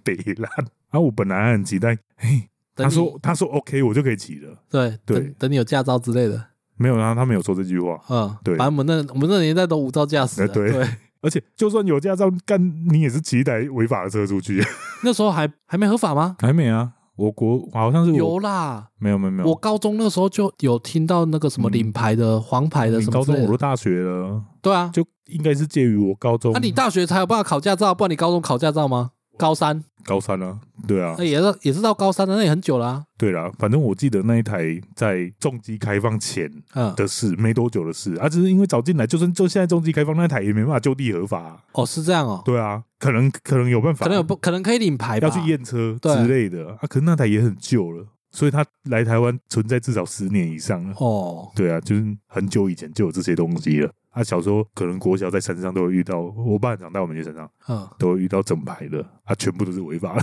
北兰。然后我本来还很期待，嘿，等他你说他说 OK，我就可以骑了。对，对等等你有驾照之类的，没有啊，他没有说这句话。嗯，对反正我们那我们那年代都无照驾驶了，呃对对， 而且就算有驾照，干你也是骑一台违法的车出去。 那时候还还没合法吗？还没啊，我国好像是我有啦，没有没有没有，我高中那时候就有听到那个什么嗯领牌的、黄牌的你什么高之中类我的都，大学了，对啊，就应该是介于我高中，那啊你大学才有办法考驾照，不然你高中考驾照吗？高三，高三啊，对啊，那也是也是到高三的，那也很久啊啦、对啦，反正我记得那一台在重机开放前嗯，的事，没多久的事啊，只是因为早进来，就算就现在重机开放那台也没办法就地合法啊、哦，是这样哦，对啊，可能可能有办法，可能有不可能可以领牌吧？要去验车对之类的啊，可是那台也很旧了，所以它来台湾存在至少十年以上了。哦，对啊，就是很久以前就有这些东西了。啊，小时候可能国小在山上都会遇到，我爸很常带我们去山上，嗯，都会遇到整排的啊，全部都是违法的。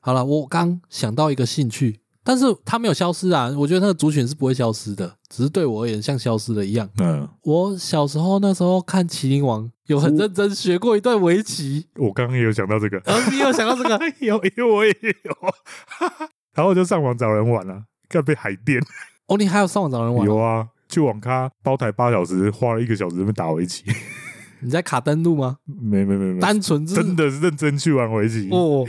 好了，我刚想到一个兴趣，但是它没有消失啊，我觉得那个族群是不会消失的，只是对我而言像消失了一样。嗯，我小时候那时候看《麒麟王》，有很认真学过一段围棋，我刚刚也有想到这个，哎然后你有想到这 个？有，因为我也有， 然后我就上网找人玩了、啊，干被海淀哦，你还有上网找人玩哦？有啊，去网咖包台八小时，花了一个小时在那边打围棋， 你在卡登录吗？没没没没，单纯就是真的是认真去玩围棋，哦，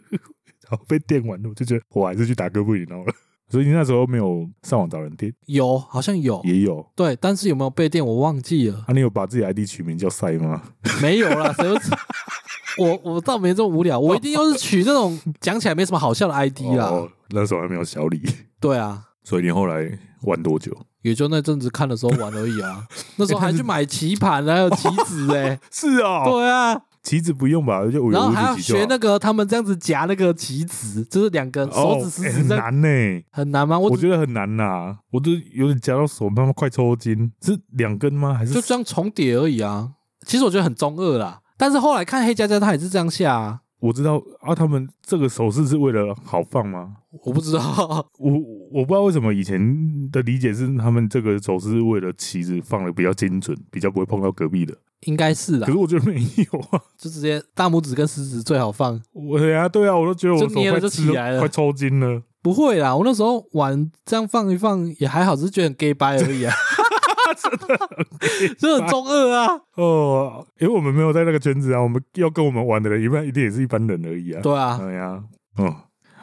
然后被电完了，我就觉得我还是去打哥布林好了。 所以你那时候没有上网找人电，有好像有，也有对，但是有没有被电我忘记了，啊？你有把自己 ID 取名叫赛吗？没有啦，谁会知？我我倒没这么无聊，我一定又是取那种讲起来没什么好笑的 ID 啦。哦，那时候还没有小李， 对啊，所以你后来玩多久？也就那阵子看的时候玩而已 啊。那时候还去买棋盘，还有棋子哎、是哎哦，对啊，棋子不用吧？就我然后还要自己就学好那个他们这样子夹那个棋子，就是两个手指食哦欸指很在、难呢、很难吗？我我只觉得很难呐、我都有点夹到手，他妈快抽筋，是两根吗？还是就这样重叠而已啊。其实我觉得很中二啦，但是后来看黑加加他也是这样下啊，我知道啊？他们这个手势是为了好放吗？我不知道 我我不知道为什么以前的理解是他们这个手势是为了旗子放的比较精准，比较不会碰到隔壁的。应该是啦可是，我觉得没有啊，就直接大拇指跟食指最好放。我对啊对啊，我都觉得我就的手捏了快就吃起来了快抽筋了。不会啦，我那时候玩这样放一放也还好，只是觉得很 gay 掰而已 啊， 真的很中二啊。哦，因为我们没有在那个圈子啊，我们要跟我们玩的人一般一定也是一般人而已啊。对啊，哎呀，嗯，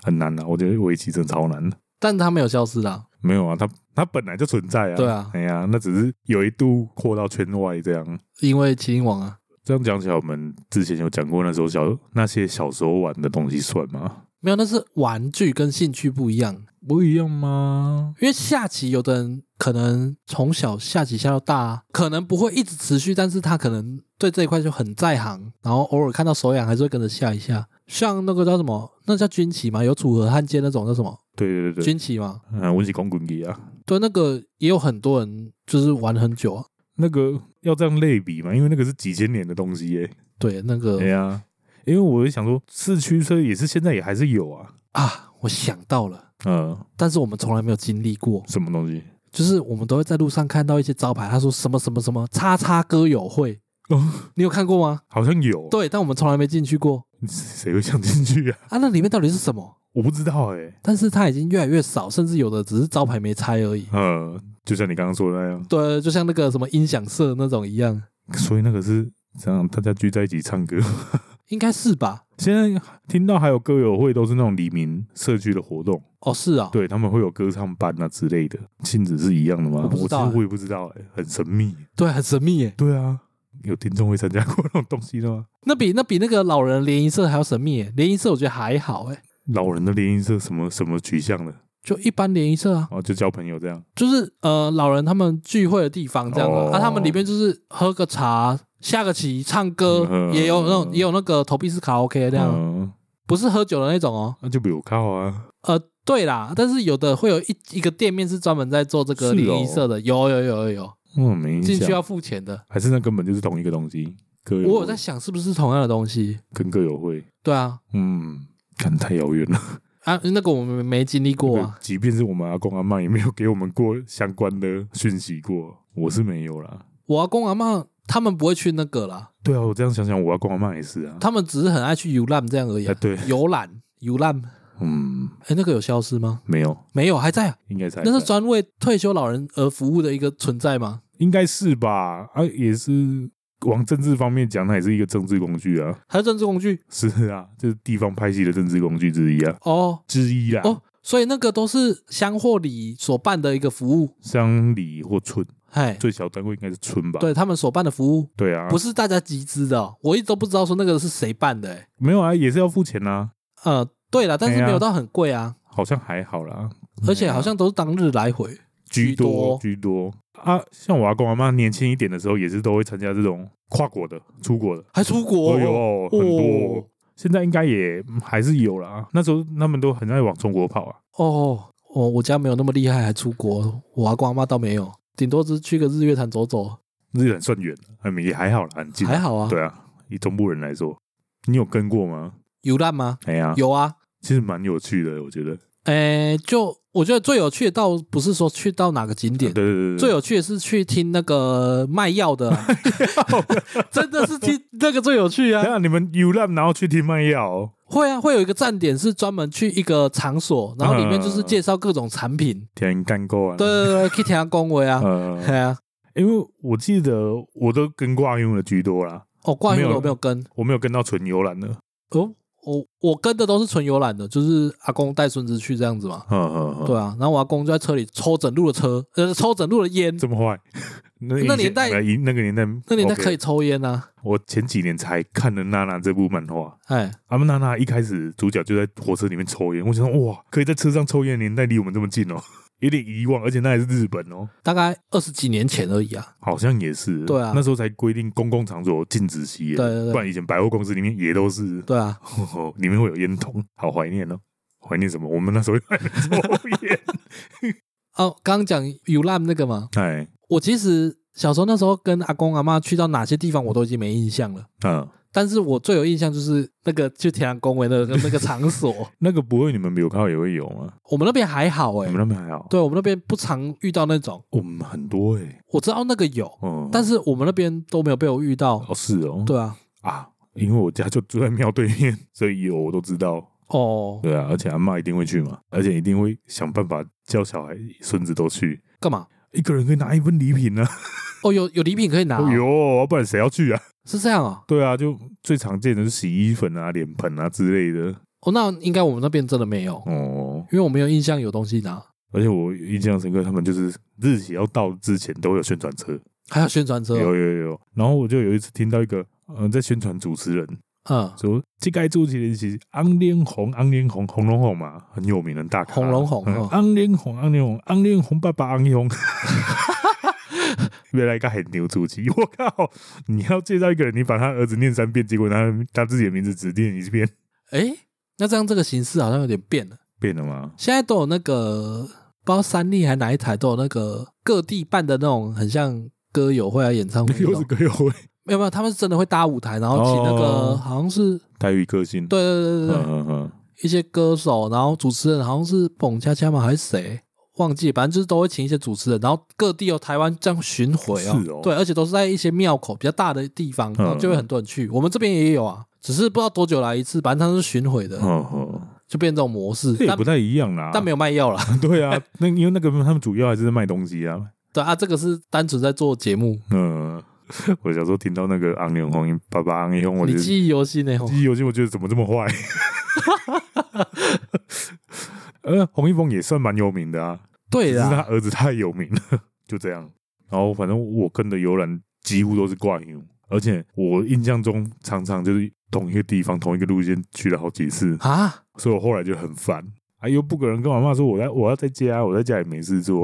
很难啊，我觉得围棋真的超难的。但他没有消失啦。没有啊，它它本来就存在啊。对啊哎呀，那只是有一度扩到圈外这样。因为麒麟王啊，这样讲起来，我们之前有讲过那时候小那些小时候玩的东西算吗？没有那是玩具跟兴趣不一样，不一样吗？因为下棋有的人可能从小下棋下到大啊，可能不会一直持续，但是他可能对这一块就很在行，然后偶尔看到手痒还是会跟着下一下。像那个叫什么，那叫军棋嘛，有楚河汉界那种叫什么对对对对，军棋嘛，嗯，我是讲滚机啊，对，那个也有很多人就是玩很久啊。那个要这样类比嘛，因为那个是几千年的东西耶、对，那个哎呀、因为我就想说，四驱车也是现在也还是有啊。啊，我想到了，嗯，但是我们从来没有经历过，什么东西？就是我们都会在路上看到一些招牌，他说什么什么什么叉叉歌友会，哦，你有看过吗？好像有。对，但我们从来没进去过谁会想进去啊？啊，那里面到底是什么？我不知道哎、但是它已经越来越少，甚至有的只是招牌没拆而已。嗯，就像你刚刚说的那样。对，就像那个什么音响社那种一样，所以那个是这样，大家聚在一起唱歌。 应该是吧？现在听到还有歌友会，都是那种黎明社区的活动，哦，是啊、对他们会有歌唱班啊之类的，性质是一样的吗？我不知道我其欸实我也不知道、欸，很神秘。对，很神秘耶。对啊，有听众会参加过那种东西的吗？那比那比那个老人联谊社还要神秘耶。联谊社我觉得还好哎，老人的联谊社什么什么取向的，就一般联谊社啊，哦，就交朋友这样。就是呃老人他们聚会的地方这样的、哦啊，他们里面就是喝个茶、下个棋、唱歌，嗯也有那种也有那个投币式卡拉 OK 这样，嗯，不是喝酒的那种哦。那就比我靠啊。呃，对啦，但是有的会有一一个店面是专门在做这个是哦联谊社的，有有有有有，嗯，没印进去象，要付钱的。还是那根本就是同一个东西。歌友我有会在想是不是同样的东西？跟歌友会，对啊，嗯，看太遥远了。啊，那个我们没经历过对，啊。即便是我们阿公阿妈也没有给我们过相关的讯息过，我是没有啦。我阿公阿妈他们不会去那个啦，对啊，我这样想想，我要跟我妈也是啊。他们只是很爱去游览这样而已、哎，啊。对，游览游览，嗯，哎、那个有消失吗？没有，没有，还在啊。应该是还那是在专为退休老人而服务的一个存在吗？应该是吧？啊，也是往政治方面讲，它也是一个政治工具啊。还是政治工具？是啊，就是地方拍戏的政治工具之一啊，哦之一啊。哦，所以那个都是乡或里所办的一个服务，乡里或村，嘿，最小单位应该是村吧？对他们所办的服务，对啊，不是大家集资的哦、我一直都不知道说那个是谁办的、欸，没有啊，也是要付钱啊，呃，对了，但是哎呀没有到很贵啊，好像还好啦，而且好像都是当日来回，居居多多居多啊。像我阿公阿妈年轻一点的时候，也是都会参加这种跨国的、出国的，还出国、哦哟，很多哦。现在应该也嗯还是有啦，那时候他们都很爱往中国跑啊。哦，哦，我家没有那么厉害，还出国，我阿公阿妈倒没有，顶多只是去个日月潭走走，日本算远，嗯，也还好啦，很近。还好啊。对啊，以中部人来说，你有跟过吗？有烂吗？哎呀，有啊，其实蛮有趣的，我觉得。诶，呃就我觉得最有趣的倒不是说去到哪个景啊对点。对对，对最有趣的是去听那个卖药的啊、真的是听那个最有趣等一 啊！下你们游览然后去听卖药哦，会啊，会有一个站点是专门去一个场所，然后里面就是嗯介绍各种产品，天干够啊。对对对，可以听他恭维啊，呃，对啊。因为我记得我都跟挂用的居多啦，哦，挂没游有我没有跟，我没有跟到纯游览的。哦，我我跟的都是纯游览的，就是阿公带孙子去这样子嘛。呵呵呵对啊，然后我阿公就在车里抽整路的车，呃，抽整路的烟。这么坏？那那以前年代呃以那个年代，那年代可以 OK。抽烟啊，我前几年才看了《娜娜》这部漫画。哎，阿曼娜娜一开始主角就在火车里面抽烟，我想说哇，可以在车上抽烟的年代离我们这么近哦， 有点遗忘，而且那还是日本哦，大概二十几年前而已啊。好像也是。对啊那时候才规定公共场所禁止吸烟，对对对不然以前百货公司里面也都是， 对啊，哦，里面会有烟筒，好怀念哦。怀念什么？我们那时候还能抽烟。哦，刚刚讲游览那个嘛， 哎，我其实小时候那时候跟阿公阿妈去到哪些地方，我都已经没印象了。嗯，但是我最有印象就是那个去天安公园的那个那个场 所，那个不会，你们没有看到也会有吗？我们那边还好哎、你们那边还好？对我们那边不常遇到那种，我们很多哎、我知道那个有，嗯，但是我们那边都没有被我遇到。哦是哦，对啊，啊，因为我家就住在庙对面， 所以有我都知道。哦，对啊，而且阿妈一定会去嘛，而且一定会想办法叫小孩、孙子都去，干嘛？一个人可以拿一份礼品呢、啊。哦，有有礼品可以拿哦、哦哟，不然谁要去啊？是这样哦。对啊，就最常见的是洗衣粉啊、脸盆啊之类的。哦，那应该我们那边真的没有，哦，因为我没有印象有东西拿，而且我印象深刻，他们就是日期要到之前都会有宣传车，还有宣传车有哦。有有。然后我就有一次听到一个嗯、呃在宣传主持人嗯，说，这该主持人是安连红，安连红，红龙红嘛，很有名的大咖。红龙红嗯哦安连红，安连红，安连红爸爸，安连红。 原来一个很牛主席，我靠！你要介绍一个人，你把他儿子念三遍，结果他他自己的名字只念一遍，诶，那这样这个形式好像有点变了。变了吗？现在都有那个，不知道三立还哪一台都有那个各地办的那种，很像歌友会啊、演唱会那又是种。个又会没有没有，他们是真的会搭舞台，然后请那个哦好像是台语歌星，对对对对嗯，对，嗯嗯一些歌手，然后主持人好像是蹦恰恰吗还是谁？忘记，反正就是都会请一些主持人，然后各地哦，台湾这样巡回哦，是哦嗯对，而且都是在一些庙口比较大的地方，然后就会很多人去。我们这边也有啊，只是不知道多久来一次，反正它是巡回的，嗯嗯，就变这种模式，这也但不太一样啦。但没有卖药啦。 对啊，那因为那个他们主要还是在卖东西啊。对啊，这个是单纯在做节目，嗯，我小时候听到那个昂永红爸爸昂永红，我你就记忆犹新呢、吼记忆犹新，我觉得怎么这 么坏？呃，洪一峰也算蛮有名的啊，对只是他啦，儿子太有名了， 就这样。然后反正我跟的游览几乎都是挂游，而且我印象中常常就是同一个地方、同一个路线去了好几次，啊，所以我后来就很烦。哎呦，不可能跟我妈说我在我要在家，我在家也没事做。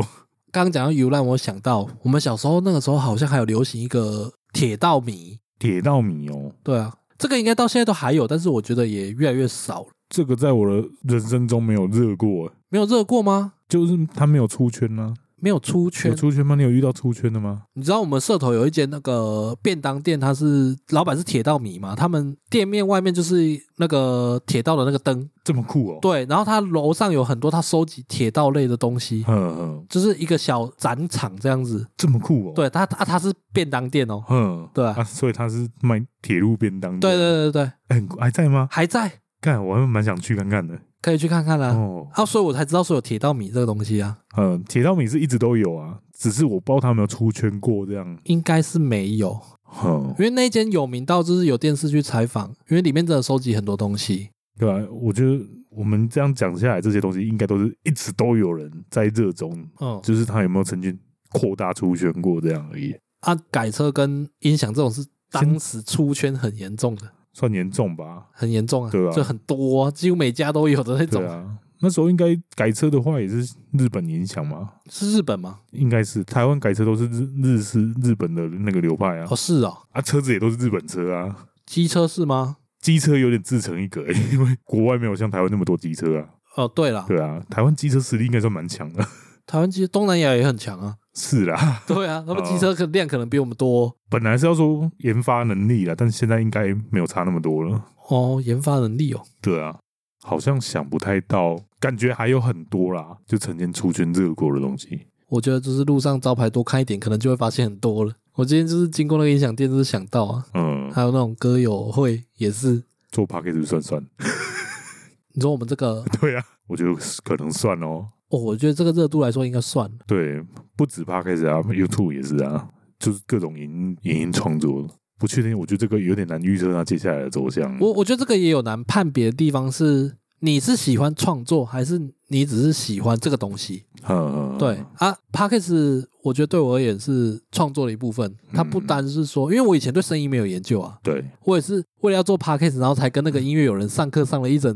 刚刚讲到游览，我想到我们小时候那个时候好像还有流行一个铁道迷，铁道迷哦，对啊，这个应该到现在都还有，但是我觉得也越来越少了。这个在我的人生中没有热过，没有热过吗？就是他没有出圈呢、啊没有出圈有。出圈吗？你有遇到出圈的吗？你知道我们社头有一间那个便当店，它是老板是铁道迷嘛，他们店面外面就是那个铁道的那个灯，这么酷哦！对，然后他楼上有很多他收集铁道类的东西，哼哼，就是一个小展场这样子。这么酷哦！，嗯对他，啊他他是便当店哦。哼，对啊，所以他是卖铁路便当的。对对对对对，哎，很酷还在吗？还在，干，我还蛮想去看看的。可以去看看啦、啊。哦，所以我才知道说有铁道米这个东西啊，嗯，铁道米是一直都有啊，只是我不知道他有没有出圈过这样。嗯应该是没有，哼，因为那间有名到就是有电视去采访，因为里面真的收集很多东西。对吧、我觉得我们这样讲下来，这些东西应该都是一直都有人在热衷，嗯就是他有没有曾经扩大出圈过这样而已，啊，改车跟音响这种是当时出圈很严重的，算严重吧？很严重啊，对啊就很多、啊，几乎每家都有的那种。对啊，那时候应该改车的话也是日本影响嘛，是日本吗？应该是台湾改车都是日日式日本的那个流派啊哦，，是哦，啊，车子也都是日本车啊。机车是吗？机车有点自成一格、欸 因为国外没有像台湾那么多机车啊。哦，对了，对啊，台湾机车实力应该算蛮强的。 台湾其实东南亚也很强啊。是啦，对啊，他们机车可量可能比我们多本来是要说研发能力啦，但现在应该没有差那么多了。哦，研发能力哦。对啊，好像想不太到，感觉还有很多啦，就曾经出圈热过的东西。我觉得就是路上招牌多看一点，可能就会发现很多了。我今天就是经过那个音响店，就是想到啊，嗯，还有那种歌友会也是。做 p a c k a g e 算算， 你说我们这个，对啊，我觉得可能算哦。哦，我觉得这个热度来说应该算了。对，不止 p a c k a g e 啊，YouTube 也是啊，就是各种影影音创作。不确定，我觉得这个有点难预测它接下来的走向。我我觉得这个也有难判别的地方是，你是喜欢创作，还是你只是喜欢这个东西？嗯，对啊 p a c k a g e 我觉得对我而言是创作的一部分，它不嗯单是说，因为我以前对声音没有研究啊，对，我也是为了要做 podcast，然后才跟那个音乐友人上课上了一 整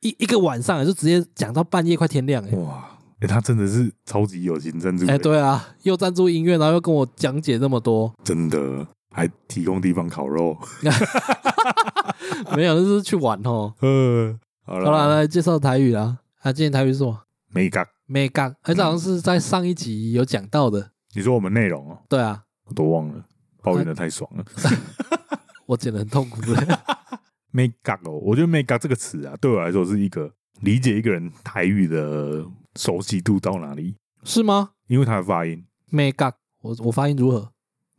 一一个晚上，就直接讲到半夜快天亮哎、哇，欸、他真的是超级有心赞助，哎、对啊，又赞助音乐，然后又跟我讲解那么 多，真的还提供地方烤肉。没有，就是去玩哦。呃， 好好了，了，来介绍台语啦。啊，今天台语是什么？没干，美感，哎，这好像是在上一集有讲到的。你说我们内容哦，对啊，我都忘了，抱怨的太爽了。我剪的很痛苦 的。没干哦，我觉得没干这个词啊，对我来说是一个理解一个人台语的熟悉度到哪里，是吗？因为他的发音美感，我我发音如何？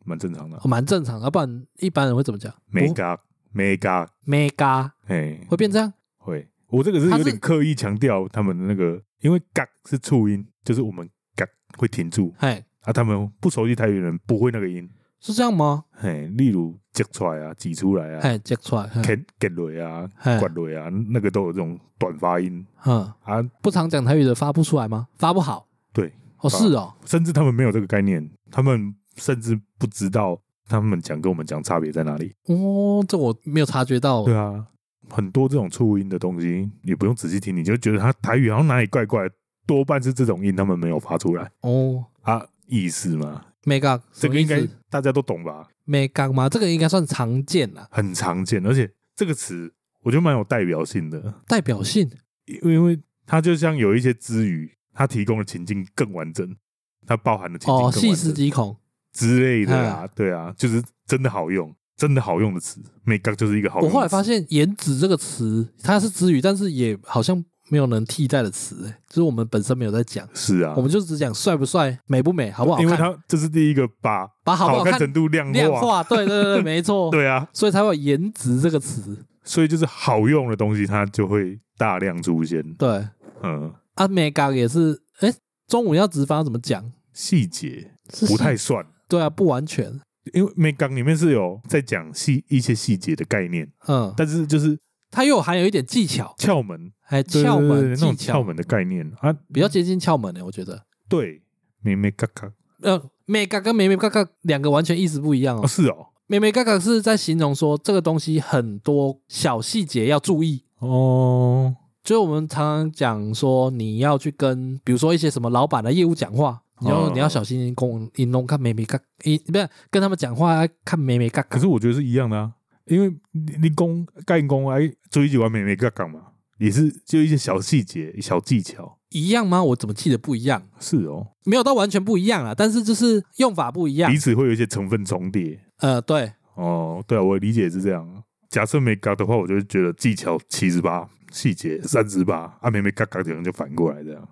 蛮正常的哦。蛮正常的，要不然一般人会怎么讲？没干，没干，美感哎，会变这样？会，我这个是它有是点刻意强调他们的那个，因为嘎是促音，就是我们嘎会停住嘿，啊，他们不熟悉台语的人不会那个音，是这样吗？嘿，例如挤出来啊、挤出来啊、嘿，接出来，嘿， get get 雷啊、嘿管雷啊，那个都有这种短发音嗯。啊，不常讲台语的发不出来吗？发不好。对，哦，发是哦，甚至他们没有这个概念，他们甚至不知道他们讲跟我们讲差别在哪里。哦，这我没有察觉到。对啊，很多这种促音的东西，也不用仔细听，你就觉得他台语好像哪里怪怪，多半是这种音他们没有发出来哦，啊，意思嘛，美感，这个应该什么意思大家都懂吧？美感吗？这个应该算常见啦，很常见，而且这个词我觉得蛮有代表性的，代表性。因为因为它就像有一些之余，它提供的情境更完整，它包含的情境更哦，完整、细思极嗯恐。之类的啊，对啊，就是真的好用，真的好用的词，美刚就是一个好用我的词。后来发现“颜值”这个词，它是词语，但是也好像没有能替代的词、欸，就是我们本身没有在讲，是啊，我们就只讲帅不帅、美不美、好不好因为看，它这是第一个把把好不好好看看程度量化，量化。对对对，对没错。 对啊，所以才会有“颜值”这个词。所以就是好用的东西，它就会大量出现。对，嗯，啊，美感也是，哎、中文要直翻要怎么讲？细节是不太细算，对啊，不完全。因为美刚里面是有在讲细一些细节的概念，嗯，但是就是它又含有一点技巧，窍门，还对窍对对门对那技种巧窍，门的概念啊，比较接近窍门的、欸我觉得。对，美美嘎嘎呃，美嘎跟美美嘎嘎两个完全意思不一样哦，哦。是哦，美美嘎嘎是在形容说这个东西很多小细节要注意，哦，就是我们常常讲说你要去跟，比如说一些什么老板的业务讲话，你要、哦你要小心公引弄看美美嘎，你不是跟他们讲话看美美嘎可嘎。是我觉得是一样的啊，因为你你公干工哎，追几完美美杠杠嘛，也是就一些小细节、小技巧。一样吗？我怎么记得不一样？是哦，没有到完全不一样啊，但是就是用法不一样彼。此会有一些成分重叠。呃，对，哦，对啊，我理解是这样。假设没嘎的话，我就会觉得技巧七十八，细节三十八，啊，没没嘎嘎可能就反过来这样。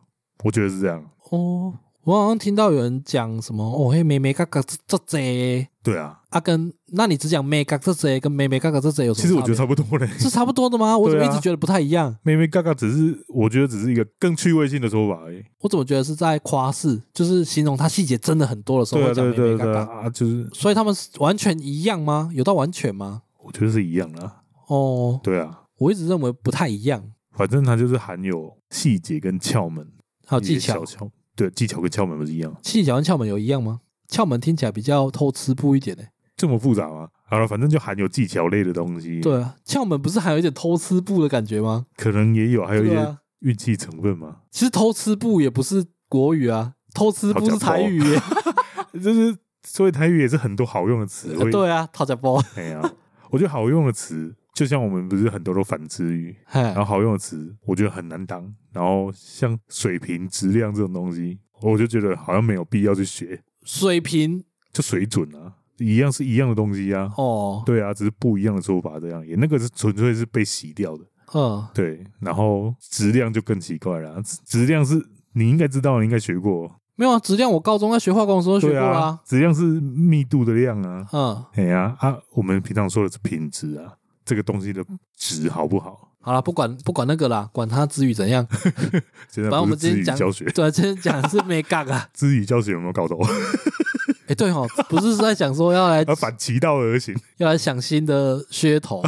我觉得是这样。哦，我好像听到有人讲什么哦，嘿，妹妹嘎嘎这这对啊，啊，跟那你只讲妹嘎这这跟妹妹嘎嘎这这有什么其实我觉得啊差差不 多嘞。别是差不多的吗？我怎么一直觉得不太一样？妹妹嘎嘎只是，我觉得只是一个更趣味性的说法而已。我怎么觉得是在夸饰，就是形容它细节真的很多的时候对啊，会讲对啊妹妹对啊嘎对啊嘎。啊，就是所以他们是完全一样吗？有到完全吗？我觉得是一样的啊。哦，对啊，我一直认为不太一样，反正它就是含有细节跟窍门，还有一哦些技巧小，窍。对，技巧跟窍门不是一样，技巧跟窍门有一样吗？窍门听起来比较偷吃步一点欸呢、这么复杂吗？好了，反正就含有技巧类的东西，，对啊，窍门不是还有一点偷吃步的感觉吗？可能也有，还有一对些啊，运气成 分嘛。其实偷吃步也不是国语啊，偷吃步是台语 耶、就是所以台语也是很多好用 的词汇。，对啊，讨价包。哎呀、我觉得好用的词，就像我们不是很多都反词语，嘿 然后好用的词我觉得很难当，然后像水平、质量这种东西，我就觉得好像没有必要去学，水平就水准啊，一样是一样的东西啊。哦，对啊，只是不一样的说法这样，也那个是纯粹是被洗掉的。嗯，对，然后质量就更奇怪了啊，质质量是你应该知道，你应该学过，没有啊，质量我高中在学化工的时候学对过啦、啊，质量是密度的量啊。嗯，哎呀啊，我们平常说的是品质啊，这个东西的质好不好？好啦，不管不管那个啦，管他词语怎样， 现在反正我不们是今天自语讲，教学，对，今天讲的是没嘎啊。 自语教学有没有搞头？ 哎、对哦，不是在讲说要来啊，反其道而行，要来想新的噱 头，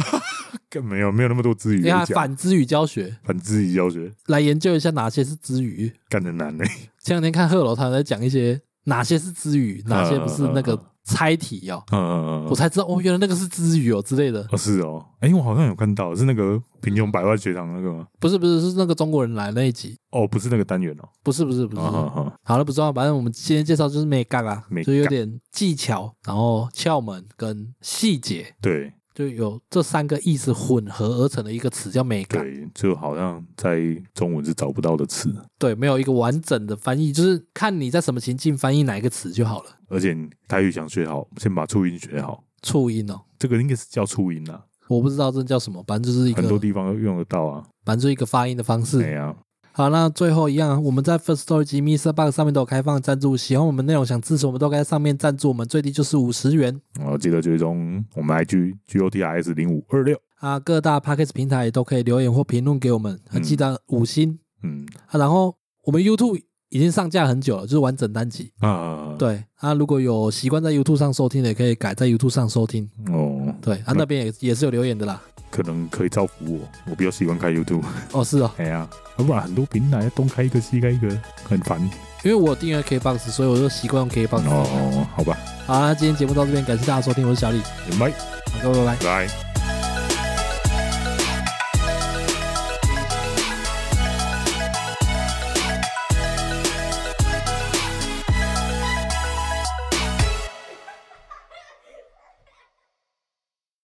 更没有没有那么多自语对啊，讲，反词语教学反自语教学来研究一下哪些是词语。干 得难呢、欸。前两天看贺楼，他在讲一些哪些是词语，哪些不是那嗯嗯嗯个猜题哦，嗯我才知道哦，原来那个是词语哦之类的。哦是哦，哎、我好像有看到是那个贫穷百万学堂那个吗？不是不是是那个中国人来那一集，哦，不是那个单元哦，不是不是不是。啊啊啊好了，不重要，反正我们今天介绍就是没嘎啊，美就有嘎点技巧，然后窍门跟细节。对就有这三个意思混合而成的一个词叫美感。对，就好像在中文是找不到的词，对，没有一个完整的翻译，就是看你在什么情境翻译哪一个词就好了。而且台语想学好，先把促音学好，促音哦，这个应该是叫促音啦、我不知道这叫什么，反正就是一很多个，地方都用得到啊。反正就是一个发音的方哎式。呀、好，那最后一样啊，我们在 First Story 及 Mr. Bug 上面都有开放赞助，喜欢我们内容想支持我们都可以在上面赞助，我们最低就是五十元。然后记得追踪我们 IG G O T R S 零五二六，啊，各大 p a c k a g e 平台都可以留言或评论给我们，啊嗯记得五星、嗯啊。然后我们 YouTube 已经上架很久了，就是完整单集。啊，，对啊，如果有习惯在 YouTube 上收听的，也可以改在 YouTube 上收听。哦，对啊，嗯那边也也是有留言的啦。可能可以造福我，我比较喜欢开 YouTube，哦，是哦，哎呀、要不然很多平台东开一个西开一个，很烦因为我有订阅 KBox，所以我就习惯用 KBox。哦，好吧，好啊，那今天节目到这边，感谢大家收听，我是小李，拜好各位拜拜。拜。